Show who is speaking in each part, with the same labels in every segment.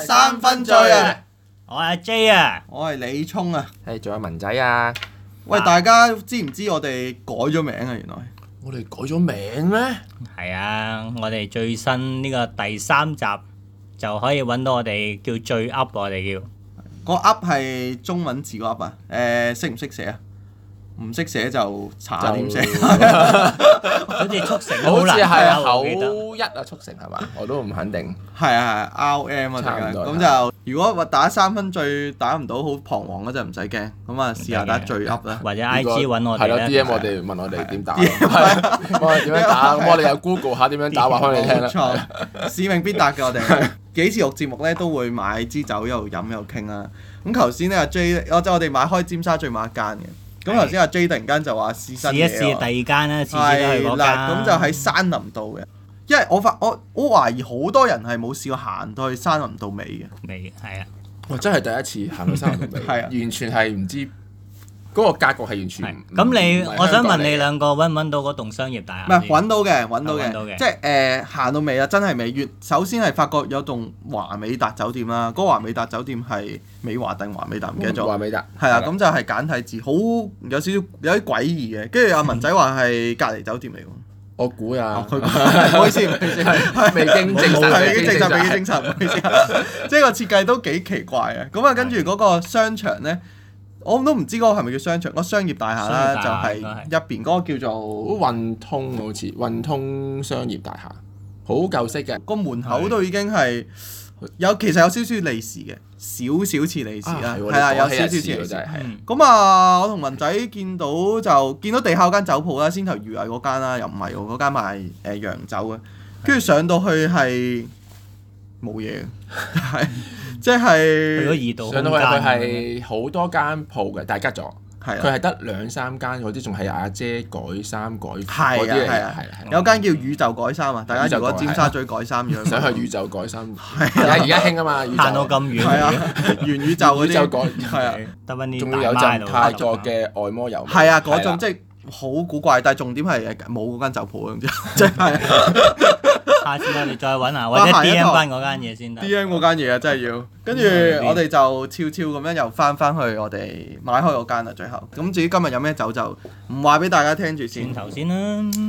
Speaker 1: 三分醉啊！
Speaker 2: 我係阿 J 啊，
Speaker 1: 我係李聰啊！
Speaker 3: 誒，仲有文仔啊！
Speaker 1: 喂，
Speaker 2: 啊
Speaker 1: 大家知唔知我哋改咗名啊？原來
Speaker 3: 我哋改咗名咩？
Speaker 2: 係啊，我哋最新呢個第三集就可以揾到我哋叫最 up，我哋叫
Speaker 1: 個 up 係中文字個 up 啊！誒，識唔識寫啊？唔識寫就查點寫。
Speaker 2: 好似促成
Speaker 3: 好似
Speaker 2: 難
Speaker 3: 係
Speaker 2: 啊，我
Speaker 3: 口
Speaker 2: 記得。
Speaker 3: 一啊，促成係嘛？我都唔肯定。
Speaker 1: 係啊係啊，R M 啊，大
Speaker 3: 差
Speaker 1: 家
Speaker 3: 唔多
Speaker 1: 咁就如果話打三分醉打唔到，好彷徨嗰陣唔使驚，咁啊試下打最 up 啦。
Speaker 2: 或者
Speaker 3: 如果
Speaker 2: IG 揾我
Speaker 3: 係咯
Speaker 2: 哋啊咧，
Speaker 3: ，DM 我哋問我哋點打，係我哋點樣打？咁我哋又 Google 下點樣打，話翻你聽
Speaker 1: 冇
Speaker 3: 啦。
Speaker 1: 錯，使命必達嘅 我哋幾次錄節目咧都會買支酒一路飲一路傾啦。咁頭先咧阿 J，我即係我哋買開尖沙咀某一間嘅。咁頭先阿 J 突然間就話試新
Speaker 2: 試
Speaker 1: 嘢
Speaker 2: 一試
Speaker 1: 喎
Speaker 2: 第二間啦，試試都去嗰
Speaker 1: 啊係啦，
Speaker 2: 間。
Speaker 1: 咁就喺山林道嘅。因為我發我我懷疑好多人係冇試過行到去山林道尾嘅。
Speaker 2: 未係啊，
Speaker 3: 我真係第一次行到三六零，
Speaker 1: 係啊
Speaker 3: 完全係唔知嗰個格局係完全
Speaker 2: 係
Speaker 3: 唔。
Speaker 2: 咁你
Speaker 3: 嗯唔係
Speaker 2: 我想
Speaker 3: 香
Speaker 2: 問
Speaker 3: 港嚟
Speaker 2: 你
Speaker 3: 嘅
Speaker 2: 兩個揾唔揾到嗰棟商業大
Speaker 1: 唔
Speaker 2: 廈
Speaker 1: 係
Speaker 2: 先？
Speaker 1: 揾到嘅，揾到
Speaker 2: 啊揾到嘅
Speaker 1: 嘅，即係誒行到尾啦，啊真係未越首先係發覺有棟華美達酒店啦，嗰個華美達酒店係美華定華美達唔記得咗
Speaker 3: 華，美達
Speaker 1: 係啦，啊咁就係簡體字，好有少少有啲詭異嘅。跟住阿文仔話係隔離酒店嚟喎，
Speaker 3: 我估
Speaker 1: 哦，
Speaker 3: 啊
Speaker 1: 佢唔好意思，唔好意 思，係
Speaker 3: 未經證
Speaker 1: 冇
Speaker 3: 實，
Speaker 1: 係已經證實，
Speaker 3: 實
Speaker 1: 已經證實，唔好意思。即係個設計都幾奇怪嘅。咁啊，跟住嗰個商場咧，我都唔知嗰個係咪叫商場，嗰個商業大廈啦，
Speaker 2: 商業
Speaker 1: 就
Speaker 2: 大廈
Speaker 1: 係入邊嗰個叫做
Speaker 3: 運通好似運通商業大廈，好舊式嘅。
Speaker 1: 個門口都已經係有其實有少少利是嘅，少少似利是啦，係啦，
Speaker 3: 啊，
Speaker 1: 有少少
Speaker 3: 少
Speaker 1: 似
Speaker 3: 少
Speaker 1: 利
Speaker 3: 真
Speaker 1: 是。
Speaker 3: 係。
Speaker 2: 嗯
Speaker 1: 咁啊，我同文仔見到就見到地下嗰間酒鋪啦，先頭預藝嗰間啦，又唔係喎，嗰間賣誒洋酒嘅，跟住上到去係冇嘢嘅， 係即
Speaker 2: 去
Speaker 1: 係
Speaker 2: 咗二
Speaker 3: 上
Speaker 2: 度
Speaker 3: 到
Speaker 2: 嗯空間咁
Speaker 3: 去佢
Speaker 2: 樣。
Speaker 3: 係好多間鋪嘅，但係吉咗。
Speaker 1: 係啊
Speaker 3: 佢
Speaker 1: 啦，
Speaker 3: 係得兩三間嗰啲，仲係阿姐改衫改褲
Speaker 1: 係啊
Speaker 3: 嗰啲
Speaker 1: 係
Speaker 3: 嚟嘅
Speaker 1: 啊
Speaker 3: 係啊係啊
Speaker 1: 有間叫宇宙改衫啊，大
Speaker 3: 宇
Speaker 1: 家
Speaker 3: 宙
Speaker 1: 如果
Speaker 3: 改啊
Speaker 1: 尖沙咀改衫樣，
Speaker 3: 想去宇宙改衫，而家而家興啊嘛，宇宙
Speaker 2: 行到咁
Speaker 1: 係
Speaker 2: 遠，
Speaker 1: 啊，元宇宙嗰
Speaker 3: 宇宙改
Speaker 1: 啲，係啊。
Speaker 2: 得翻啲
Speaker 3: 仲
Speaker 2: 大
Speaker 3: 要有
Speaker 2: 媽喺度
Speaker 3: 陣泰
Speaker 2: 執
Speaker 3: 國
Speaker 2: 啊
Speaker 3: 嘅外摩油味，
Speaker 1: 係啊，嗰種
Speaker 3: 係
Speaker 1: 即係好古怪，但係重點係冇嗰間酒鋪啊，唔知 即係
Speaker 2: 下次我哋再揾下，或者
Speaker 1: 哇係一
Speaker 2: D M
Speaker 1: 堂
Speaker 2: 翻嗰間嘢先得。
Speaker 1: D M 嗰間嘢啊，真係要。嗯跟住我哋就悄悄咁樣又翻翻去我哋買開嗰間啦，最後。咁至於今日有咩酒就唔話俾大家聽住
Speaker 2: 轉
Speaker 1: 先。
Speaker 2: 頭先啦。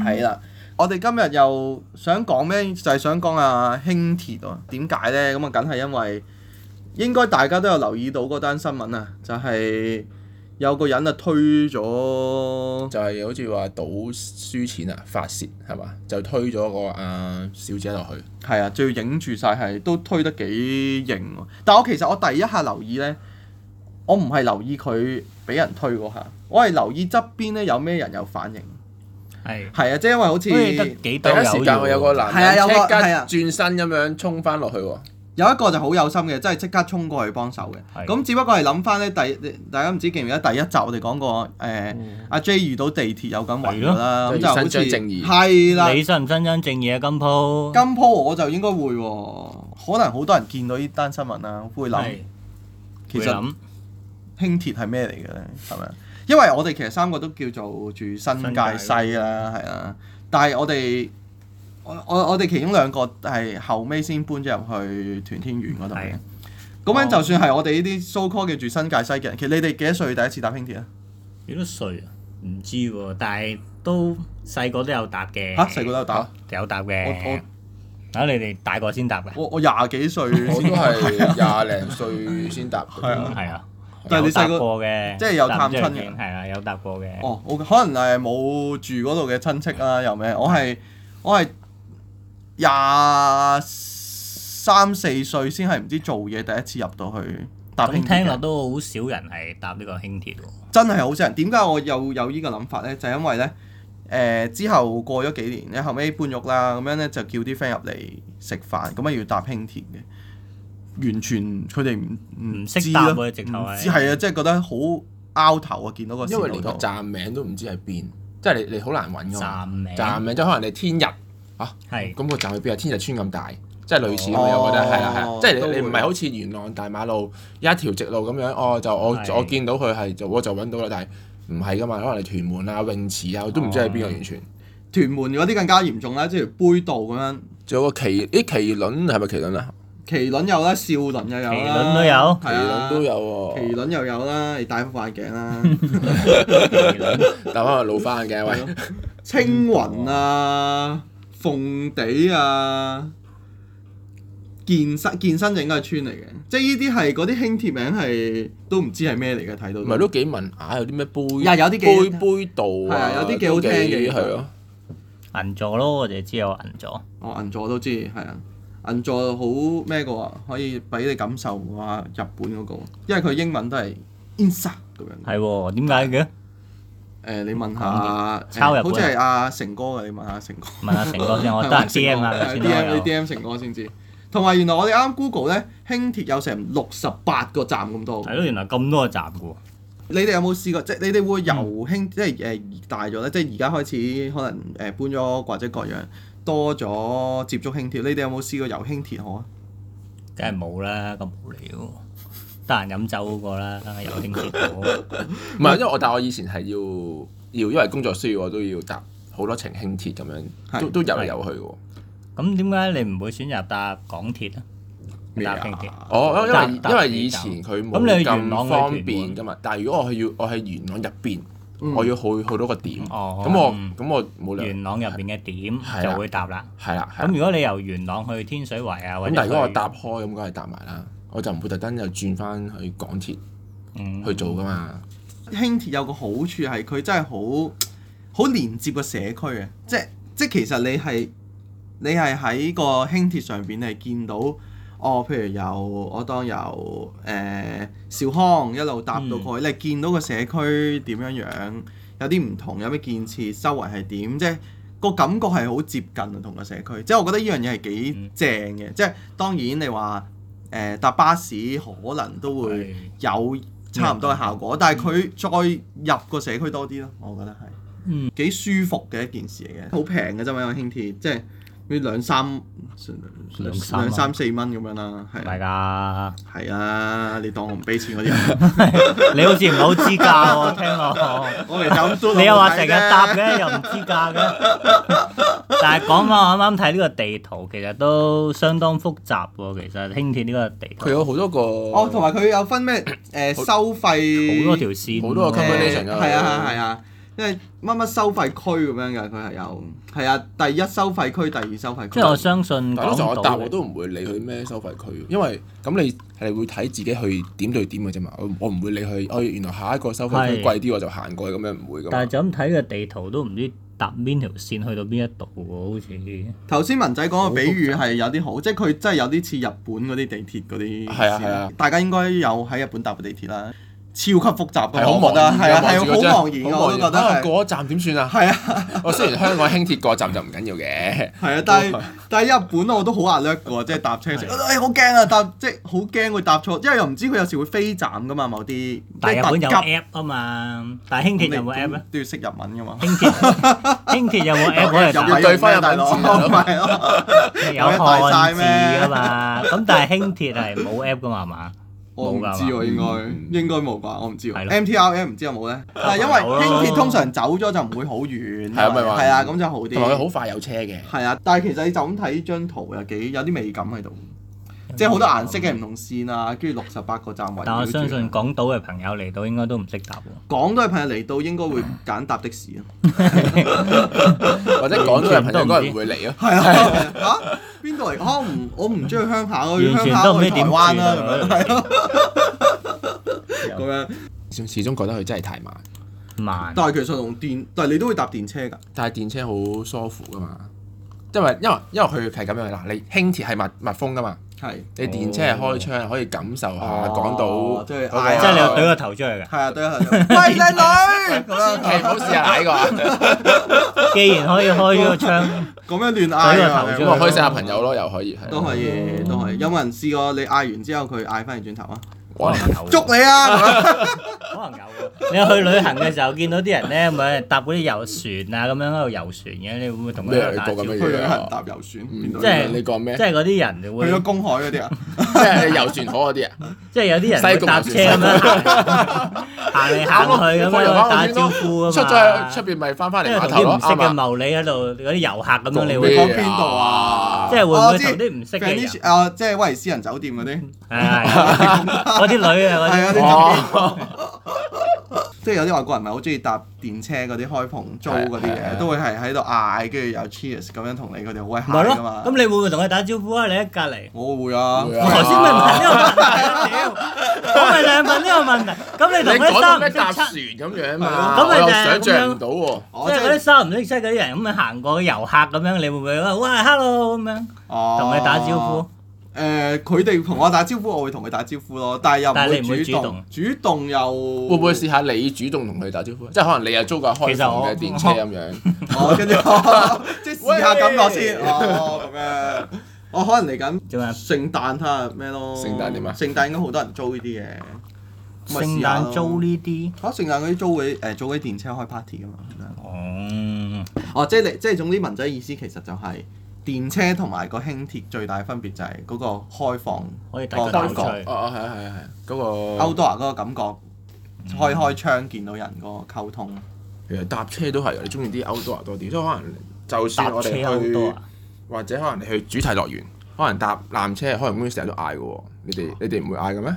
Speaker 1: 係啦，我哋今日又想講咩？就係、想講啊輕鐵啊，點解呢？咁啊，梗係因為應該大家都有留意到嗰單新聞啊，就係、有個人啊推咗。
Speaker 3: 就係好似話賭輸錢啊，發泄係嘛，就推咗個阿小姐落去，
Speaker 1: 係啊，仲要影住晒係都推得幾型喎。但我其實我第一下留意呢，我唔係留意佢俾人推嗰下，我係留意側邊呢有咩人有反應。
Speaker 2: 係，
Speaker 1: 係啊，即係因為好似
Speaker 2: 好似得幾
Speaker 3: 第
Speaker 2: 多
Speaker 3: 一時間我有個
Speaker 1: 係啊
Speaker 3: 男
Speaker 1: 有
Speaker 3: 人
Speaker 1: 個
Speaker 3: 即刻
Speaker 1: 係啊
Speaker 3: 轉身咁樣衝翻落去喎，
Speaker 1: 有一個就好有心嘅，真係即刻衝過去幫手嘅。
Speaker 2: 係
Speaker 1: 咁只不過係諗翻呢，第大家唔知記唔記得第一集我哋講過誒阿 J 遇到地鐵有咁暈咗啦，咁
Speaker 3: 係咯
Speaker 1: 就好似
Speaker 3: 即係伸張正義
Speaker 1: 係啦。
Speaker 2: 你信唔信真正義啊？金鋪
Speaker 1: 今鋪我就應該會喎、可能好多人見到呢單新聞啦，會諗
Speaker 2: 係
Speaker 1: 其
Speaker 2: 會
Speaker 1: 實。
Speaker 2: 諗
Speaker 1: 輕鐵係咩嚟嘅咧？係咪？因為我哋其實三個都叫做住新界西啦，係啊。但係我哋我我我哋其中兩個係後尾先搬咗入去屯天苑嗰度嘅
Speaker 2: 係。
Speaker 1: 咁樣就算係我哋呢啲 so call 叫住新界西嘅人，其實你哋幾多歲第一次搭輕鐵啊？
Speaker 2: 幾多歲啊？唔知喎，但係都細個都有答嘅。
Speaker 1: 嚇細個都有搭，
Speaker 2: 有答
Speaker 1: 我
Speaker 2: 嘅
Speaker 1: 我。
Speaker 2: 啊！你哋大個先答嘅。
Speaker 1: 我我廿幾歲先，
Speaker 3: 我都係廿零歲先搭，
Speaker 1: 係啊
Speaker 2: 係啊。
Speaker 1: 但係你
Speaker 2: 有答
Speaker 1: 細個
Speaker 2: 過嘅，
Speaker 1: 即係有探親嘅
Speaker 2: 答唔出嚟係啊，有答過嘅。
Speaker 1: 哦，我可能係冇住嗰度嘅親戚啦，又咩？我係我係廿三四歲先係唔知做嘢第一次入到去搭
Speaker 2: 咁
Speaker 1: 輕
Speaker 2: 聽
Speaker 1: 鐵
Speaker 2: 落
Speaker 1: 嘅，
Speaker 2: 都好少人係搭呢個輕鐵喎。
Speaker 1: 真係好少人。點解我又有呢個諗法呢？就係因為呢，誒、之後過咗幾年咧，後尾搬屋啦，咁樣呢就叫啲 friend 入嚟食飯，咁啊要搭輕鐵嘅。完全佢哋唔唔
Speaker 2: 唔識
Speaker 1: 知
Speaker 2: 搭
Speaker 1: 咯
Speaker 2: 喎直頭
Speaker 1: 唔
Speaker 2: 係
Speaker 1: 知係啊，即係覺得好拗頭啊！見到個
Speaker 3: 因為
Speaker 1: 線路
Speaker 3: 連個
Speaker 1: 圖
Speaker 3: 站名都唔知喺邊，即係你你好難揾
Speaker 1: 哦
Speaker 3: 㗎嘛
Speaker 2: 站名
Speaker 3: 站名即係可能你天日啊。
Speaker 2: 係
Speaker 3: 咁個站去邊啊？天日村咁大，即係類似咁樣，我覺得係啦係
Speaker 1: 哦
Speaker 3: 啦，即係
Speaker 1: 都會
Speaker 3: 你你唔係好似元朗大馬路一條直路咁樣，哦就我
Speaker 2: 係
Speaker 3: 我見到佢係就我就揾到啦，但係唔係噶嘛，可能你屯門
Speaker 1: 哦
Speaker 3: 啊泳池啊，我都唔知喺邊個完全。
Speaker 1: 屯門嗰啲更加嚴重啦，即係杯道咁樣。
Speaker 3: 仲有個麒咦麒麟係咪麒麟啊？
Speaker 1: 麒麟有啦，少麟又有啦，
Speaker 2: 麒麟都有
Speaker 1: 係啊，
Speaker 3: 都有喎、
Speaker 1: 麒麟又有啦，你戴副眼鏡啦，
Speaker 3: 但可能老花眼鏡喂，
Speaker 1: 青雲
Speaker 3: 嗯
Speaker 1: 啊，鳳地啊，健身健身就應該係村嚟嘅，即係呢啲係嗰啲輕鐵名係都唔知係咩嚟嘅，睇到
Speaker 3: 唔係都幾文雅，有啲咩杯，
Speaker 1: 呀有啲幾
Speaker 3: 杯杯度
Speaker 1: 係
Speaker 3: 啊，
Speaker 1: 啊有啲幾好聽嘅
Speaker 3: 都幾係咯，
Speaker 2: 銀座咯，我哋知有銀座。
Speaker 1: 哦銀座都知係啊。銀座好咩嘅喎，可以俾你感受嘅話，日本嗰、個，因為佢英文都係 insa 咁樣。
Speaker 2: 係喎，點解嘅？
Speaker 1: 誒、你問下，誒
Speaker 2: 啊抄日本
Speaker 1: 好似係阿成哥嘅，你問下成哥。
Speaker 2: 問下啊成哥先，我得
Speaker 1: 係咪
Speaker 2: 閒 D M 下佢先啊啦
Speaker 1: 成哥係 D M
Speaker 2: 我
Speaker 1: 你
Speaker 2: 有。
Speaker 1: D M 成哥先知。同埋原來我哋啱 Google 咧，輕鐵有成六十八個站咁多。
Speaker 2: 係咯，原來咁多個站嘅喎。
Speaker 1: 你哋有冇試過？即係你哋會由
Speaker 2: 嗯
Speaker 1: 輕即係誒大咗咧，即係而家開始可能誒搬咗或者各樣多咗接觸輕鐵。你哋有冇試過遊輕鐵河啊？
Speaker 2: 梗係冇啦，咁無聊。得閒飲酒嗰個啦，有興趣嗰個
Speaker 3: 唔係因為我但我以前係要要因為工作需要我都要搭好多程輕鐵咁樣，
Speaker 1: 係
Speaker 3: 都都有嚟有去喎。
Speaker 2: 咁點解你唔會選擇搭港鐵啊？
Speaker 1: 咩啊
Speaker 2: 搭輕鐵？
Speaker 3: 哦，因為
Speaker 2: 搭
Speaker 3: 因
Speaker 2: 搭
Speaker 3: 為以前佢冇
Speaker 2: 咁你去元
Speaker 3: 咁
Speaker 2: 朗
Speaker 3: 方
Speaker 2: 去屯門
Speaker 3: 便噶嘛，但係如果我去要我喺元朗入邊，
Speaker 1: 嗯
Speaker 3: 我要去去到個點，咁
Speaker 2: 哦
Speaker 3: 我
Speaker 2: 嗯
Speaker 3: 咁我冇理由
Speaker 2: 元朗入邊嘅
Speaker 3: 係
Speaker 2: 點
Speaker 3: 啦
Speaker 2: 就會搭啦。
Speaker 3: 係啦，係
Speaker 2: 咁
Speaker 3: 啦
Speaker 2: 如果你由元朗去天水圍啊，或
Speaker 3: 咁
Speaker 2: 者
Speaker 3: 但係如果我
Speaker 2: 去
Speaker 3: 搭開咁，梗係搭埋啦，我就唔會特登又轉翻去港鐵
Speaker 2: 嗯
Speaker 3: 去做噶嘛。
Speaker 1: 輕鐵有個好處係佢真係好好連接個社區啊！即即其實你係你係喺個輕鐵上邊，你係見到哦，譬如由我當由誒、呃兆康一路搭到過去，你係見到個社區點樣樣，有啲唔同，有咩建設，周圍係點，即係個感覺係好接近啊，同個社區。即係我覺得呢樣嘢係幾正嘅。即係當然你話誒、呃搭巴士可能都會。
Speaker 2: 係
Speaker 1: 有差唔多嘅效果，但係佢再入個社區多啲咯，我覺得係，
Speaker 2: 嗯，
Speaker 1: 幾舒服嘅一件事嚟嘅，好平嘅啫嘛，因為輕鐵即係要兩三
Speaker 2: 兩三蚊
Speaker 1: 兩三四蚊咁樣啦，
Speaker 2: 唔
Speaker 1: 係
Speaker 2: 係
Speaker 1: 啊
Speaker 2: 㗎，
Speaker 1: 係啊，你當我唔俾錢嗰啲 人，
Speaker 2: 你好似唔係好知價喎，聽落。
Speaker 1: 我嚟就咁嘟
Speaker 2: 你又話
Speaker 1: 話
Speaker 2: 成日搭嘅，又唔知價嘅。但係講翻我啱啱睇呢個地圖，其實都相當複雜喎。其實輕鐵呢個地
Speaker 3: 佢
Speaker 2: 圖
Speaker 3: 有好多個
Speaker 1: 哦，同埋佢有分咩誒收費
Speaker 2: 好多條線，
Speaker 3: 好多個
Speaker 1: 誒
Speaker 3: combination 㗎
Speaker 1: 係啊係啊，因為乜乜收費區咁樣嘅，佢係有係啊，第一收費區，第二收費區，
Speaker 2: 即係我相信
Speaker 3: 但
Speaker 2: 港
Speaker 3: 係通常我搭我
Speaker 2: 島
Speaker 3: 都唔會理佢咩收費區，因為咁你係會睇自己去點對點嘅啫嘛。我我唔會理佢，哦原來下一個收費
Speaker 2: 係
Speaker 3: 區貴啲我就行過去，咁樣唔會噶
Speaker 2: 但
Speaker 3: 嘛
Speaker 2: 係。就咁睇個地圖都唔知搭邊條線去到邊一度喎，好似
Speaker 1: 頭先文仔講嘅比喻係有啲好，即係佢真係有啲似日本嗰啲地鐵嗰啲線。
Speaker 3: 係啊係啊
Speaker 1: 大家應該有喺日本搭過地鐵啦，超級複雜
Speaker 3: 係
Speaker 1: 嘅，我覺得係啊，係
Speaker 3: 茫然㗎
Speaker 1: 好茫然嘅，我都覺得
Speaker 3: 啊
Speaker 1: 係。
Speaker 3: 過一站點算啊？
Speaker 1: 係啊，
Speaker 3: 我雖然香港輕鐵過站就唔緊要 嘅，
Speaker 1: 係啊，但係但係日本我都好壓力嘅喎，即係搭車嘅時候，哎好驚啊！搭即係好驚會搭錯，因為又唔知佢有時會飛站㗎嘛，某啲即
Speaker 2: 但係日本有
Speaker 1: 特急
Speaker 2: app 啊嘛，但係輕鐵有冇 app 啊咧？
Speaker 1: 都要識日文㗎嘛。
Speaker 2: 輕鐵 輕鐵有冇 app 可以
Speaker 1: 日
Speaker 2: 打
Speaker 1: 文？
Speaker 3: 要對翻日文字
Speaker 1: 哦唔
Speaker 3: 啊
Speaker 1: 係咯，
Speaker 2: 有
Speaker 1: 有一大
Speaker 2: 漢
Speaker 1: 曬
Speaker 2: 字
Speaker 1: 咩
Speaker 2: 噶嘛？咁但係輕鐵係冇 app 噶嘛？係嘛？
Speaker 1: 我唔
Speaker 2: 冇㗎
Speaker 1: 知
Speaker 2: 嘛
Speaker 1: 喎，應
Speaker 3: 嗯
Speaker 1: 該應該冇啩，我唔知
Speaker 2: 係
Speaker 1: 喎。
Speaker 2: 咯
Speaker 1: MTRM 唔知有冇咧？但係因為
Speaker 2: 有咯
Speaker 1: 輕鐵通常走咗就唔會好遠，
Speaker 3: 啊係啊咪話
Speaker 1: 係啊，咁就好
Speaker 3: 同埋佢
Speaker 1: 啲。
Speaker 3: 好快有車嘅。
Speaker 1: 係啊，但係其實你就咁睇張圖有幾有啲美感喺度，即係好多顏色嘅唔同線啊，跟住六十八個站圍繞住。
Speaker 2: 但我相
Speaker 1: 啊
Speaker 2: 信港島嘅朋友嚟到應該都唔識答喎。
Speaker 1: 港島嘅朋友嚟到應該會揀搭的士啊。
Speaker 3: 或者港島嘅朋友應該唔會嚟咯。
Speaker 1: 係啊， 嚇邊度嚟？嚇唔我唔中意鄉下，我去
Speaker 2: 完
Speaker 1: 鄉
Speaker 2: 全
Speaker 1: 下
Speaker 2: 都唔
Speaker 1: 我
Speaker 2: 知
Speaker 1: 去台
Speaker 2: 點
Speaker 1: 灣
Speaker 2: 轉
Speaker 1: 啦咁樣
Speaker 2: 啊！
Speaker 1: 咁樣。
Speaker 3: 始始終覺得佢真係太慢，
Speaker 2: 慢
Speaker 1: 但係其實同電，但係你都會搭電車㗎。
Speaker 3: 但係電車好舒服噶嘛。因為因為因為佢係咁樣嗱，你輕鐵係密密封噶嘛，
Speaker 1: 係
Speaker 3: 你電車係開窗，可以感受下
Speaker 1: 哦
Speaker 3: 港島嗰個。
Speaker 1: 即係
Speaker 2: 即
Speaker 1: 嗌
Speaker 2: 係你要懟個頭出去嘅。
Speaker 1: 係啊，對啊，對啊喂靚女 咁樣。
Speaker 3: 係唔好試下睇個啊，
Speaker 2: 既然可以開咗個窗，
Speaker 1: 咁樣亂嗌
Speaker 2: 懟
Speaker 1: 啊！
Speaker 2: 個頭
Speaker 3: 咁我可以識下朋友咯，又可以係。
Speaker 1: 都可以，都可以。有冇人試過你嗌完之後佢嗌翻嚟轉頭啊？
Speaker 2: 可
Speaker 3: 哇
Speaker 2: 能有喎
Speaker 1: 捉你啊！
Speaker 2: 可能有喎。你去旅行嘅時候見到啲人咧，咪搭嗰啲遊船啊咁樣喺度遊船嘅，你會唔會同佢喺度打招呼？
Speaker 3: 咩
Speaker 2: 即
Speaker 1: 去
Speaker 3: 嚟過
Speaker 1: 旅行搭遊船，邊度
Speaker 3: 哎嗯
Speaker 2: 即係
Speaker 3: 你講咩？
Speaker 2: 係嗰啲人就
Speaker 1: 去咗
Speaker 2: 會，
Speaker 1: 公海嗰啲啊？
Speaker 3: 即 係你遊船河嗰啲啊，
Speaker 2: 即係有啲人
Speaker 3: 西
Speaker 2: 會
Speaker 3: 貢
Speaker 2: 搭車咁樣 行嚟行去咁樣打招呼啊嘛。
Speaker 3: 出咗去出邊咪翻翻
Speaker 2: 因
Speaker 3: 嚟
Speaker 2: 為
Speaker 3: 碼
Speaker 2: 同
Speaker 3: 頭
Speaker 2: 啲
Speaker 3: 咯，
Speaker 2: 唔識嘅
Speaker 3: 啱嘛？啊
Speaker 2: 茂利喺度，嗰啲遊客咁樣，
Speaker 3: 講
Speaker 2: 你
Speaker 3: 咩哦
Speaker 2: 會
Speaker 1: 講邊度啊
Speaker 2: 即係會唔
Speaker 1: 我
Speaker 2: 會
Speaker 1: 知
Speaker 2: 同啲唔識嘅人？
Speaker 1: Venice- 啊，即係威尼斯人酒店嗰啲，
Speaker 2: 係嗰啲女啊，嗰
Speaker 1: 係啊，
Speaker 2: 啲
Speaker 1: 啲
Speaker 3: 哦，
Speaker 1: 即係有啲外國人咪好中意搭電車嗰啲開篷租嗰啲
Speaker 3: 係係
Speaker 1: 嘢，
Speaker 3: 係
Speaker 1: 都會係喺度嗌，跟住有 cheers 咁樣同你，佢哋好鬼
Speaker 2: 唔係
Speaker 1: 嗨噶
Speaker 2: 咯
Speaker 1: 嘛。？
Speaker 2: 咁你會唔會同佢打招呼啊？你喺隔離。
Speaker 1: 我會啊，
Speaker 3: 會
Speaker 2: 我
Speaker 3: 啊
Speaker 2: 頭先咪問呢個問題屌，我咪就係問呢個問題。咁
Speaker 3: 你
Speaker 2: 你同嗰啲
Speaker 3: 講到
Speaker 2: 三唔
Speaker 3: 咩搭
Speaker 2: 識
Speaker 3: 船
Speaker 2: 七，
Speaker 3: 咁樣
Speaker 1: 嘛
Speaker 3: 嘛，
Speaker 2: 咁
Speaker 3: 我
Speaker 2: 咪就
Speaker 3: 又
Speaker 2: 係
Speaker 3: 想像
Speaker 2: 咁樣
Speaker 3: 唔到喎。
Speaker 1: 我
Speaker 2: 即係
Speaker 1: 真
Speaker 2: 嗰啲
Speaker 1: 係
Speaker 2: 三唔識七嗰啲人咁樣行過嘅遊客咁樣，你會唔會話喂 hello 咁樣同
Speaker 1: 同
Speaker 2: 佢打招呼？
Speaker 1: 哦誒，佢哋同我打招呼，我會同佢打招呼咯，但係又
Speaker 2: 但係你唔
Speaker 1: 會
Speaker 2: 會
Speaker 1: 主
Speaker 2: 主
Speaker 1: 動
Speaker 2: 動，
Speaker 1: 主動又會
Speaker 3: 會唔會試下你主動同佢打招呼？啊即係可能你又租架開
Speaker 2: 其實我
Speaker 3: 房嘅電車咁樣，
Speaker 1: 哦，跟住 即係試下感覺先，
Speaker 3: 喂
Speaker 1: 哦咁樣。我可能嚟緊
Speaker 2: 做咩
Speaker 1: 聖誕睇下咩咯？
Speaker 3: 聖誕點啊
Speaker 1: 聖誕應該好多人租呢啲嘢。咁咪
Speaker 2: 聖
Speaker 1: 試下
Speaker 2: 誕
Speaker 1: 咯
Speaker 2: 租呢啲？
Speaker 1: 嚇！聖誕嗰啲租嗰啲誒租嗰啲電車開 party 噶嘛。
Speaker 2: 哦，
Speaker 1: 哦，即係你即係總之文仔意思其實就係電車同埋個輕鐵最大分別就係嗰個開放
Speaker 2: 可以大
Speaker 1: 嗰
Speaker 2: 家
Speaker 1: 個
Speaker 2: 打
Speaker 1: 感
Speaker 2: 趣
Speaker 1: 覺
Speaker 3: 哦哦係啊係啊係啊，嗰個
Speaker 1: outdoor 嗰個感覺，開開窗見到人嗰個溝通。
Speaker 3: 其實搭車都係，你中意啲 outdoor 多啲，所以可能就
Speaker 2: 搭
Speaker 3: 算我
Speaker 2: 車
Speaker 3: 哋
Speaker 2: 好多
Speaker 3: 去
Speaker 2: 啊！
Speaker 3: 或者可能你去主題樂園，可能搭纜車，海洋公園成日都嗌嘅喎，你哋
Speaker 2: 啊
Speaker 3: 你哋唔會嗌嘅咩？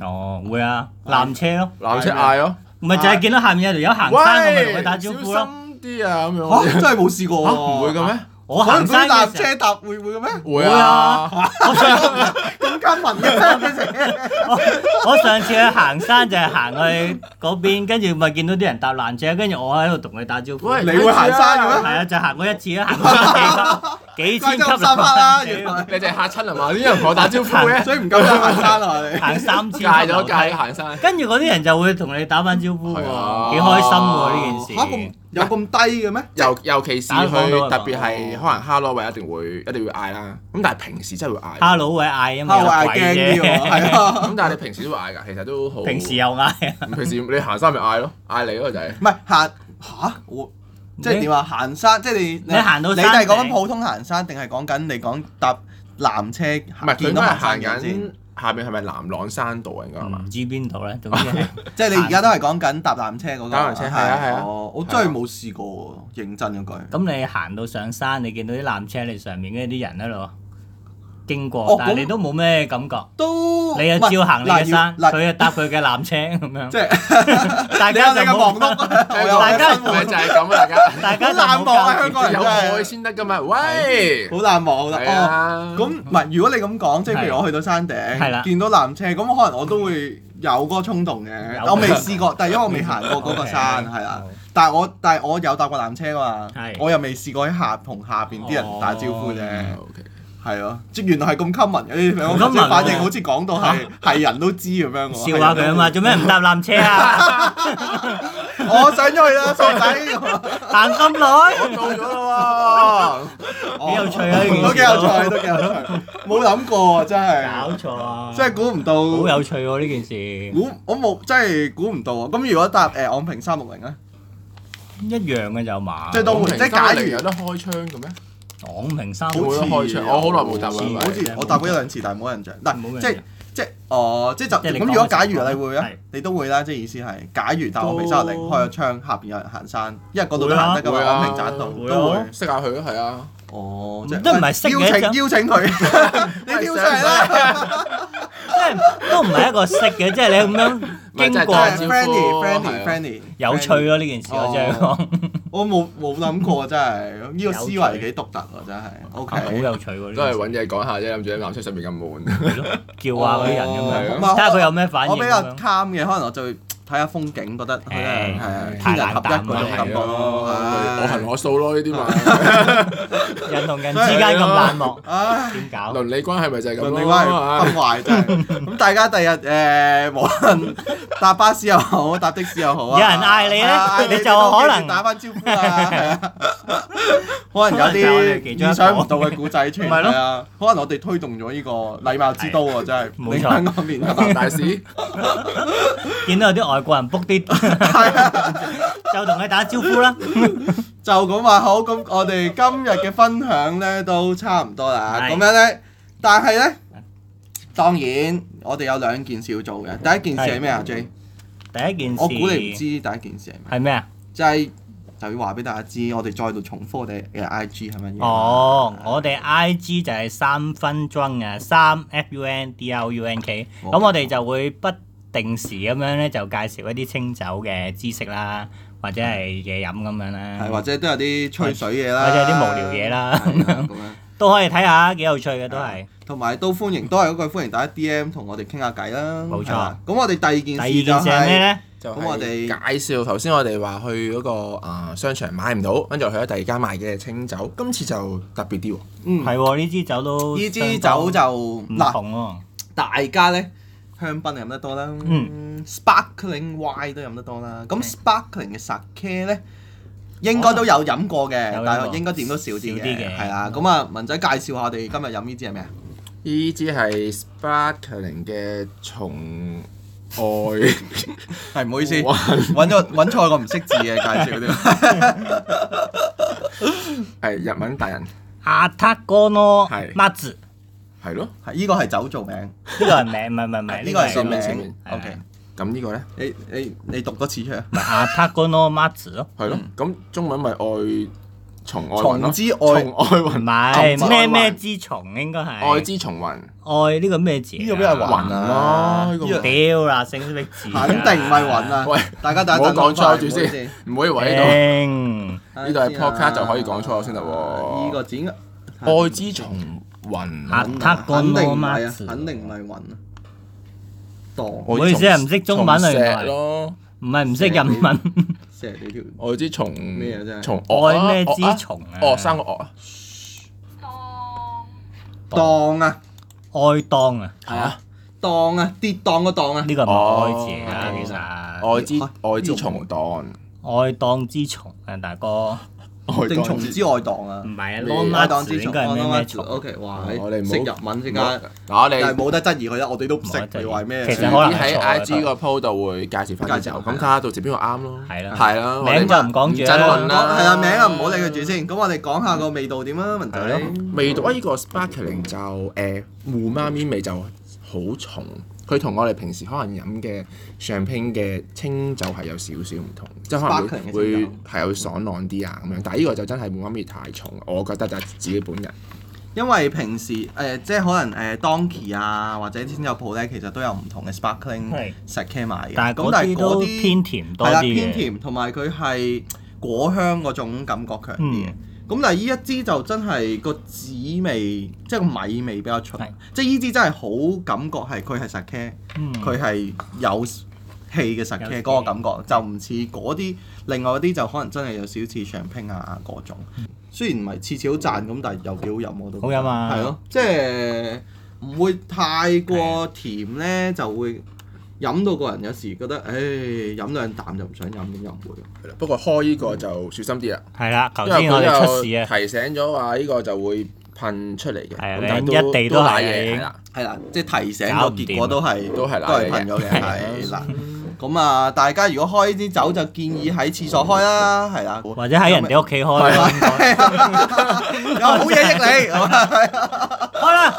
Speaker 2: 哦，會啊，纜車咯，
Speaker 3: 纜車嗌咯，
Speaker 2: 咪就係見到下面有條友啊行山，我咪同佢
Speaker 3: 喂，
Speaker 2: 打
Speaker 3: 小
Speaker 2: 招
Speaker 3: 心
Speaker 2: 呼咯。
Speaker 3: 啲啊咁
Speaker 1: 嚇！真
Speaker 3: 樣。
Speaker 1: 係冇試過
Speaker 3: 嚇
Speaker 1: 喎。
Speaker 3: 唔會嘅咩？
Speaker 2: 我
Speaker 1: 可
Speaker 2: 行
Speaker 1: 能嗰啲
Speaker 2: 山
Speaker 1: 搭
Speaker 2: 嘅時候
Speaker 1: 車搭會會嘅咩？
Speaker 2: 會
Speaker 3: 會啊
Speaker 2: 啊，
Speaker 1: 咁奸 民嘅
Speaker 2: 我上次去行山就係行去嗰邊，跟住咪見到啲人搭纜車，跟住我喺度同佢打招呼。
Speaker 3: 喂
Speaker 1: 你會行山嘅咩？
Speaker 2: 係啊，就行過一次啦，行過幾級幾 千級啊
Speaker 1: 怪得咁深刻啦
Speaker 2: 纜車
Speaker 1: 原來
Speaker 3: 你哋嚇親啊嘛？啲人同我打招呼嘅，
Speaker 1: 所以唔夠膽行山 啊！你
Speaker 2: 行三千
Speaker 3: 戒
Speaker 2: 級樓
Speaker 3: 咗
Speaker 2: 梯
Speaker 3: 戒行山。
Speaker 2: 跟住嗰啲人就會同你打翻招呼喎，
Speaker 3: 係啊
Speaker 2: 幾開心喎呢件
Speaker 1: 嚇
Speaker 2: 事
Speaker 1: 咁。有咁低嘅咩？
Speaker 3: 尤尤其是
Speaker 2: 打
Speaker 3: 佢
Speaker 2: 得幫到啊嘛
Speaker 3: 特別係可能哈羅位一定會一定會嗌啦，咁但係平時真係會嗌，
Speaker 2: 哈佬會嗌啊
Speaker 1: 嚇
Speaker 2: 嘛，
Speaker 1: 我
Speaker 2: 有
Speaker 1: 係
Speaker 2: 鬼
Speaker 1: 驚啲喎，
Speaker 2: 啫。
Speaker 1: 係啊。
Speaker 3: 咁但係你平時都會嗌㗎，其實都好。
Speaker 2: 平時又嗌啊，
Speaker 3: 平時你行山咪嗌咯，嗌你咯就係。
Speaker 1: 唔係行吓，我即係點啊？行山即係你
Speaker 2: 你行到
Speaker 1: 你
Speaker 2: 山
Speaker 1: 哋係講緊
Speaker 2: 頂
Speaker 1: 普通行山，定係講緊你講搭纜車
Speaker 3: 唔係佢
Speaker 1: 見
Speaker 3: 應
Speaker 1: 到
Speaker 3: 該係
Speaker 1: 行山
Speaker 3: 行
Speaker 1: 嘅先？
Speaker 3: 緊下面係咪南朗山道啊？應該係嘛
Speaker 2: 唔？知邊度咧，總之 係
Speaker 1: 即係你而家都係講緊搭纜車嗰個。
Speaker 3: 搭纜車係啊係啊
Speaker 1: 哦我真係冇試過喎，認真嗰句。
Speaker 2: 咁你行到上山，你見到啲纜車你上面跟住啲人喺度經
Speaker 1: 哦
Speaker 2: 過，但
Speaker 1: 咁
Speaker 2: 係你都冇咩感覺，
Speaker 1: 都
Speaker 2: 你又
Speaker 1: 哦唔係
Speaker 2: 照行你嘅山，
Speaker 1: 嗱要嗱
Speaker 2: 佢又搭佢嘅纜車咁樣，
Speaker 1: 即係
Speaker 2: 大
Speaker 1: 你有
Speaker 2: 家
Speaker 1: 你
Speaker 2: 就
Speaker 1: 嘅忙
Speaker 2: 冇，
Speaker 1: 碌，我有我
Speaker 2: 大
Speaker 1: 嘅
Speaker 2: 家
Speaker 1: 生活，
Speaker 3: 咪就係咁啦，大
Speaker 2: 大
Speaker 3: 家
Speaker 2: 家就
Speaker 1: 好冷
Speaker 2: 冇
Speaker 1: 漠啊
Speaker 2: 交
Speaker 1: 香港人
Speaker 2: 接
Speaker 3: 有愛先得㗎嘛？喂，
Speaker 1: 好難忘好啦。
Speaker 3: 係
Speaker 1: 哦
Speaker 3: 啊，
Speaker 1: 咁唔係，如果你咁講，即係譬如
Speaker 2: 係啊
Speaker 1: 我去到山
Speaker 2: 係啦
Speaker 1: 頂，見到纜車，咁可能我都會有嗰個衝動嘅。
Speaker 2: 有
Speaker 1: 我未 試過，但係因為我未行過嗰個
Speaker 2: OK，
Speaker 1: 山，係啊啦
Speaker 2: 好。
Speaker 1: 但係我但係我有搭過纜車嘛
Speaker 2: 係，哦
Speaker 1: 我又未試過喺下同下邊啲人打招呼啫，
Speaker 3: OK，
Speaker 1: 係咯，即原來係咁 common 嘅呢啲
Speaker 2: 咁
Speaker 1: 兩
Speaker 2: common 啊
Speaker 1: 反正好似講到係係人都知咁樣喎。
Speaker 2: 笑下佢啊嘛，做咩唔搭纜車 啊？
Speaker 1: 係人都知，哦我上咗去啦，傻仔，
Speaker 2: 行咁耐，
Speaker 3: 我到 咗啦喎！
Speaker 1: 幾
Speaker 2: 有趣啊呢件事
Speaker 1: 哦都幾有趣，都幾有趣，冇諗過啊真
Speaker 2: 搞
Speaker 1: 係，
Speaker 2: 錯啊！
Speaker 1: 真係估唔到，
Speaker 2: 好有趣喎呢件事，
Speaker 1: 估我冇真係估唔到啊！咁如果搭誒昂平三六零咧，
Speaker 2: 一樣嘅就嘛。
Speaker 1: 即係都會即係假如
Speaker 3: 有得開槍嘅咩？
Speaker 2: 昂平三
Speaker 1: 好
Speaker 3: 冇
Speaker 1: 似
Speaker 3: 得開槍，我好耐冇搭啦
Speaker 2: 好似。
Speaker 1: 好似我搭過一兩次，但係冇印象。嗱，即係即係哦，即係就
Speaker 2: 即係你
Speaker 1: 咁。
Speaker 2: 講
Speaker 1: 如果
Speaker 2: 嘅
Speaker 1: 假
Speaker 2: 情
Speaker 1: 如
Speaker 2: 況
Speaker 1: 你會啊
Speaker 2: 係，
Speaker 1: 你都會啦。即係意思係，假如搭昂平三六零
Speaker 3: 都
Speaker 1: 開咗窗，下邊有人行山，因為嗰度
Speaker 2: 會
Speaker 1: 都
Speaker 2: 啊
Speaker 1: 行得㗎嘛，
Speaker 3: 會啊
Speaker 1: 昂平棧道
Speaker 2: 會啊
Speaker 1: 都會。
Speaker 3: 識下佢咯，係啊，
Speaker 1: 哦，
Speaker 2: 嗯
Speaker 1: 即係
Speaker 2: 都唔係識嘅
Speaker 1: 邀請
Speaker 2: 就
Speaker 1: 邀請佢， 你邀上嚟啦。
Speaker 2: 即係都唔係一個識嘅，即係你咁樣
Speaker 3: 咪就
Speaker 2: 經
Speaker 3: 係
Speaker 2: 過
Speaker 3: 打招呼
Speaker 1: friendly，friendly，
Speaker 3: 係啊
Speaker 1: friendly，
Speaker 2: 有趣。咯呢件事，我只係
Speaker 1: 哦
Speaker 2: 講
Speaker 1: 我冇冇諗過真係，呢個思
Speaker 2: 有
Speaker 1: 維
Speaker 2: 趣
Speaker 1: 幾獨特啊喎，真係。
Speaker 2: 好
Speaker 1: O K。
Speaker 2: 有趣喎，
Speaker 3: 都係
Speaker 2: 呢
Speaker 3: 揾嘢講下啫，諗住喺纜車上面咁悶。
Speaker 2: 件事叫下嗰啲人咁
Speaker 1: 哦係啊
Speaker 2: 樣，睇下佢有咩反應
Speaker 1: 我比較
Speaker 2: 咁樣。
Speaker 1: calm 嘅，可能我就會睇下風景，覺得佢
Speaker 2: 誒
Speaker 1: 係係天
Speaker 2: 太
Speaker 1: 人
Speaker 2: 冷啊
Speaker 1: 合一
Speaker 2: 淡
Speaker 1: 嗰
Speaker 2: 啦
Speaker 1: 種感覺咯。
Speaker 3: 我行我素咯，呢啲嘛，
Speaker 2: 人同人之間咁冷 漠，
Speaker 1: 唉，
Speaker 2: 點搞？啊
Speaker 3: 鄰里關係咪就係咁
Speaker 1: 倫
Speaker 3: 咯。
Speaker 1: 理關係 崩壞真係。咁大家第日誒，無論搭巴士又好，搭的士又好啊，
Speaker 2: 有人嗌你咧
Speaker 1: 啊嗌
Speaker 2: 你就可能
Speaker 1: 都記住打翻招呼啊，係 啊。
Speaker 2: 可能就係我哋其中
Speaker 1: 可能有啲意
Speaker 2: 一個
Speaker 1: 想唔到嘅古仔出現
Speaker 2: 咪咯
Speaker 1: 係啊！可能我哋推動咗呢個禮貌之都喎，真係
Speaker 2: 冇錯
Speaker 1: 另一個 面
Speaker 3: 大大使，
Speaker 2: 見到有啲外國人 book 啲，
Speaker 1: 啊
Speaker 2: 就同佢打招呼啦。
Speaker 1: 就咁話好，咁我哋今日嘅分享呢都差唔多啦。
Speaker 2: 係
Speaker 1: 咁樣呢，但係呢，當然我哋有兩件事要做嘅。第一件事係咩啊
Speaker 2: 係
Speaker 1: ？J，
Speaker 2: 第一件事，
Speaker 1: 我估你唔知第一件事係咩，
Speaker 2: 係咩啊？
Speaker 1: 就係就要話俾大家知，我哋再度重複我哋嘅 I G 係乜嘢。啊
Speaker 2: 哦，我哋 I G 就係三分鐘啊，三 à? F U N D L U N K。
Speaker 1: 冇
Speaker 2: 咁我哋就會不定時咁樣咧，就介紹一啲清酒嘅知識啦，或者係嘢飲咁樣
Speaker 1: 係或
Speaker 2: 啦，
Speaker 1: 者都有啲吹水嘢啦，
Speaker 2: 或者有啲無聊嘢啦
Speaker 1: 係啦咁樣。
Speaker 2: 都可以睇下，幾有趣嘅都係。
Speaker 1: 同埋都歡迎，都係嗰句歡迎大家 D.M 同我哋傾下偈啦。
Speaker 2: 冇錯
Speaker 1: 係啦。咁我哋第二
Speaker 2: 第
Speaker 1: 件
Speaker 2: 二
Speaker 1: 事
Speaker 2: 件
Speaker 1: 就
Speaker 2: 事係咩
Speaker 1: 係
Speaker 2: 咧？
Speaker 3: 就
Speaker 1: 咁我哋
Speaker 3: 係介紹頭先我哋話去嗰個啊商場買唔到，跟住去咗第二間賣嘅清酒，今次就特別啲喎。
Speaker 1: 嗯，
Speaker 2: 係嗯喎，呢支酒都
Speaker 1: 呢支
Speaker 2: 相當
Speaker 1: 酒就
Speaker 2: 唔
Speaker 1: 嗱，
Speaker 2: 同喎。
Speaker 1: 大家咧香檳就飲得多啦，sparkling 嗯 wine 都飲得多啦。咁 sparkling 嘅 sake 咧應該都有飲過嘅
Speaker 3: 哦
Speaker 2: 有飲過，
Speaker 1: 但係應該點都少啲
Speaker 2: 少啲
Speaker 1: 嘅，
Speaker 2: 嘅
Speaker 1: 係
Speaker 3: 嗯
Speaker 1: 啦。咁啊，文仔介紹下我哋今日飲呢支係咩啊？
Speaker 3: 呢支係 Sparkling 嘅從 外
Speaker 1: 係唔好意思，
Speaker 3: 哇
Speaker 1: 揾咗揾錯個唔識字嘅介紹啲。
Speaker 3: 係日文大人
Speaker 2: 阿塔哥諾
Speaker 3: 係
Speaker 2: 孖子，
Speaker 3: 係咯。
Speaker 1: 係呢個係酒造名，
Speaker 2: 呢個係名，唔係唔係唔係，
Speaker 1: 呢個係個
Speaker 3: 個名
Speaker 1: 名。
Speaker 2: 係啊
Speaker 1: O K，
Speaker 3: 咁呢個咧
Speaker 1: 你你你讀多次出嚟啊。
Speaker 2: 咪阿塔哥諾孖子 咯。
Speaker 3: 係咯。咁中文咪外從外雲咯
Speaker 1: 從之外
Speaker 3: 從外
Speaker 2: 唔
Speaker 3: 雲
Speaker 2: 係
Speaker 3: 咁
Speaker 2: 咩
Speaker 3: 之
Speaker 2: 咩之蟲應該係
Speaker 3: 外之從雲
Speaker 2: 愛呢個咩字啊？
Speaker 1: 呢個邊係雲啊？
Speaker 3: 雲咯呢個
Speaker 1: 呢個
Speaker 2: 屌啦，姓識字啊
Speaker 1: 肯定唔係雲啊！
Speaker 3: 嗯喂
Speaker 1: 大家
Speaker 3: 唔
Speaker 1: 等一
Speaker 3: 好
Speaker 1: 等
Speaker 3: 講
Speaker 1: 諗
Speaker 3: 錯
Speaker 1: 翻
Speaker 3: 住
Speaker 1: 嚟
Speaker 3: 先，唔好以為呢
Speaker 2: 頂
Speaker 1: 唔好
Speaker 3: 度
Speaker 1: 意思
Speaker 3: 呢
Speaker 1: 等
Speaker 3: 度係
Speaker 1: 陣先
Speaker 3: podcast
Speaker 1: 啊
Speaker 3: 就可以講錯先得喎。
Speaker 1: 呢個剪啊
Speaker 3: 愛之從雲
Speaker 2: 啊
Speaker 1: 肯定
Speaker 2: 塔哥
Speaker 1: 肯定
Speaker 2: 羅
Speaker 1: 唔
Speaker 2: 馬
Speaker 1: 係啊
Speaker 2: 字，
Speaker 1: 肯定唔係雲啊！當
Speaker 2: 唔好意思啊唔識中文啊
Speaker 3: 從
Speaker 2: 原來
Speaker 3: 石咯，
Speaker 2: 唔係唔識日文，
Speaker 1: 射你條
Speaker 3: 愛之從
Speaker 1: 咩啊真係
Speaker 3: 從惡啊
Speaker 2: 愛咩
Speaker 3: 惡啊
Speaker 2: 之蟲啊？
Speaker 3: 惡生個惡啊，
Speaker 1: 當啊
Speaker 2: 愛當啊，
Speaker 3: 係啊，
Speaker 1: 當啊跌當個當啊！
Speaker 2: 呢個唔係愛字啊，
Speaker 1: 哦
Speaker 2: 其實
Speaker 3: 愛之
Speaker 1: 呢
Speaker 3: 愛之
Speaker 1: 哎
Speaker 3: 蟲蕩，
Speaker 2: 愛當之蟲啊，大哥，
Speaker 3: 愛
Speaker 1: 定
Speaker 3: 當
Speaker 1: 蟲之外當啊
Speaker 2: 唔！係啊，
Speaker 3: 你
Speaker 2: 羅
Speaker 1: 愛
Speaker 2: 馬
Speaker 1: 當
Speaker 2: 字
Speaker 1: 之
Speaker 2: 應
Speaker 1: 蟲，
Speaker 2: 該係咩咩蟲？
Speaker 1: O K，哇！
Speaker 3: 我哦哋唔好
Speaker 1: 識日文即
Speaker 3: 唔好
Speaker 1: 刻，
Speaker 3: 嗱我
Speaker 1: 但係
Speaker 3: 哋
Speaker 1: 冇得質疑佢啦，我哋都唔識
Speaker 2: 冇得質疑
Speaker 1: 你話咩？
Speaker 2: 其實
Speaker 3: 遲
Speaker 2: 可能
Speaker 3: 啲
Speaker 2: 係錯嘅
Speaker 3: 喺 IG 個 po 度會介紹翻啲
Speaker 1: 介
Speaker 3: 酒，
Speaker 1: 紹啊
Speaker 3: 咁睇下到時邊個啱咯，
Speaker 2: 係啦
Speaker 3: 係啦，我哋
Speaker 2: 名就唔講住啦
Speaker 3: 爭論
Speaker 1: 講係啦，
Speaker 3: 啦，
Speaker 1: 名啊唔好理佢住先。咁我哋講下個味道點啊，文
Speaker 3: 係
Speaker 1: 仔。
Speaker 3: 咯，味道啊！呢個 sparkling 就誒胡媽咪味就好重，佢同我哋平時可能飲嘅上拼嘅清酒係有少少唔同，即係可
Speaker 1: Sparkling 嘅清
Speaker 3: 能會
Speaker 1: 酒
Speaker 3: 會係會爽朗啲啊咁樣。但係呢個就真係胡媽咪太重，我覺得就係自己本人
Speaker 1: 因為平時誒、呃即係可能誒 Donkey 啊，或者天酒鋪咧，其實都有唔同嘅 sparkling
Speaker 2: 係
Speaker 1: sake 賣嘅。
Speaker 2: 但係
Speaker 1: 咁
Speaker 2: 嗰
Speaker 1: 但係
Speaker 2: 啲都
Speaker 1: 嗰啲
Speaker 2: 偏甜多
Speaker 1: 係啦，
Speaker 2: 啲
Speaker 1: 偏
Speaker 2: 嘅，
Speaker 1: 甜，同埋佢係果香嗰種感覺強啲嘅。
Speaker 2: 嗯
Speaker 1: 咁、但係呢一支就真係個紫味，即係個米味比較重
Speaker 2: 係。
Speaker 1: 即係呢支真係好感覺係佢係 sake，
Speaker 2: 嗯
Speaker 1: 佢係有氣嘅 sake
Speaker 2: 有
Speaker 1: 嗰個感覺，就唔似嗰啲另外嗰啲就可能真係有少少似長拼啊嗰種。雖然唔係次次好讚咁，但係又幾好飲我都覺得。
Speaker 2: 好飲啊
Speaker 1: 係咯，即係唔會太過甜咧，就會飲到個人有時覺得，唉，飲兩啖就唔想飲，咁又唔會。啊
Speaker 3: 係啦。不過開呢個就小心啲啦，啊
Speaker 2: 係啦，頭
Speaker 3: 因為
Speaker 2: 先我
Speaker 3: 佢
Speaker 2: 哋出事
Speaker 3: 又
Speaker 2: 啊，
Speaker 3: 提醒咗話呢個就會噴出嚟嘅，
Speaker 2: 係啊
Speaker 3: 咁但
Speaker 2: 你一地都係
Speaker 3: 賴嘢係啦。
Speaker 1: 係啦，即係提醒個
Speaker 2: 搞唔掂
Speaker 1: 結果都係
Speaker 3: 都係
Speaker 1: 都
Speaker 3: 賴
Speaker 1: 係
Speaker 3: 嘢
Speaker 1: 朋 友嘅，
Speaker 2: 係
Speaker 1: 係啦。咁啊，大家如果開呢啲酒就建議喺廁所開啦，係啦。
Speaker 2: 或者喺人哋屋企開
Speaker 3: 啊
Speaker 2: 啦，
Speaker 1: 有好嘢益你，
Speaker 2: 開啦，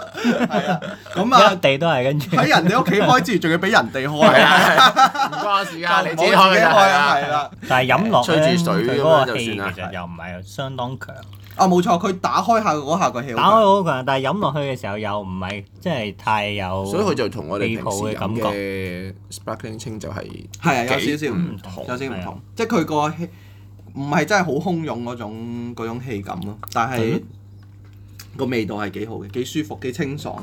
Speaker 1: 咁
Speaker 2: 一
Speaker 1: 啊
Speaker 2: 地都係跟住。
Speaker 1: 喺人哋屋企開之餘，仲要俾人哋開
Speaker 3: 係
Speaker 1: 啊，
Speaker 3: 啊，唔關我 事㗎，你
Speaker 1: 唔
Speaker 3: 自
Speaker 1: 好
Speaker 3: 己
Speaker 1: 自己
Speaker 3: 開
Speaker 1: 開
Speaker 3: 㗎
Speaker 1: 啊，係。啦。
Speaker 2: 但係飲落
Speaker 3: 吹
Speaker 2: 咧，
Speaker 3: 住水
Speaker 2: 佢
Speaker 3: 咁
Speaker 2: 嗰個
Speaker 3: 樣就
Speaker 2: 氣
Speaker 3: 算啦
Speaker 2: 其實又唔係相當強，
Speaker 1: 啊，冇錯，佢打開下嗰下個氣好
Speaker 2: 打
Speaker 1: 強
Speaker 2: 開好強，啊但係飲落去嘅時候又唔係即係太有，
Speaker 3: 所以佢就同我哋平
Speaker 2: 地鋪
Speaker 3: 時
Speaker 2: 嘅感
Speaker 3: 飲
Speaker 2: 覺
Speaker 3: 嘅 sparkling 清就係
Speaker 1: 係啊，有
Speaker 3: 幾
Speaker 1: 少少
Speaker 3: 唔
Speaker 1: 唔
Speaker 3: 同
Speaker 1: 同，有少少唔
Speaker 2: 係啊
Speaker 1: 同，即係佢個氣唔係真係好洶湧嗰種嗰種氣感咯，但係個味道係幾好嘅，幾舒服，幾清爽。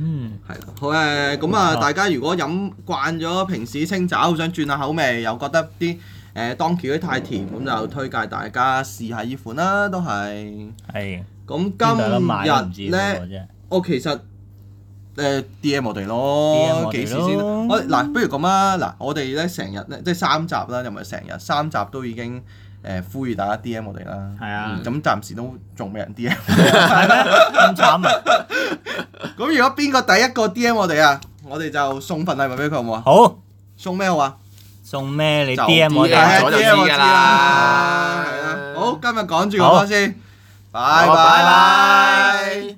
Speaker 2: 嗯，
Speaker 1: 係啦，好誒，咁啊，大家如果飲慣咗平時清酒，想轉下口味，又覺得啲誒當橋啲太甜，咁就推介大家試下呢款啦，都係。
Speaker 2: 係邊度有得買嗯都
Speaker 1: 咁
Speaker 2: 唔知
Speaker 1: 今日咧
Speaker 2: 嗰個。啫。
Speaker 1: 我其實誒、呃 DM 我哋
Speaker 2: DM
Speaker 1: 咯，
Speaker 2: 我哋
Speaker 1: 幾時先？
Speaker 2: 咯
Speaker 1: 我嗱，不如咁啊！嗱，我哋咧成日咧，即係三集啦，又唔係成日，三集都已經誒、呃呼籲大家 DM 我哋啦。嗯
Speaker 2: 係
Speaker 3: 嗯
Speaker 2: 啊，
Speaker 1: 咁暫時都仲未人 DM。
Speaker 2: 係咩？咁慘啊！
Speaker 1: 咁如果邊個第一個 DM 我哋啊，我哋就送份禮物俾佢好唔好啊？
Speaker 2: 好
Speaker 1: 送咩好啊？
Speaker 2: 送咩？你
Speaker 1: 就
Speaker 2: DM 我
Speaker 3: 我
Speaker 2: 哋
Speaker 3: 哋
Speaker 2: 啊
Speaker 3: 咗就知
Speaker 1: DM 我
Speaker 3: 㗎啦
Speaker 1: 啊係啦好，今日講住咁多先，拜
Speaker 3: 好拜
Speaker 1: 拜。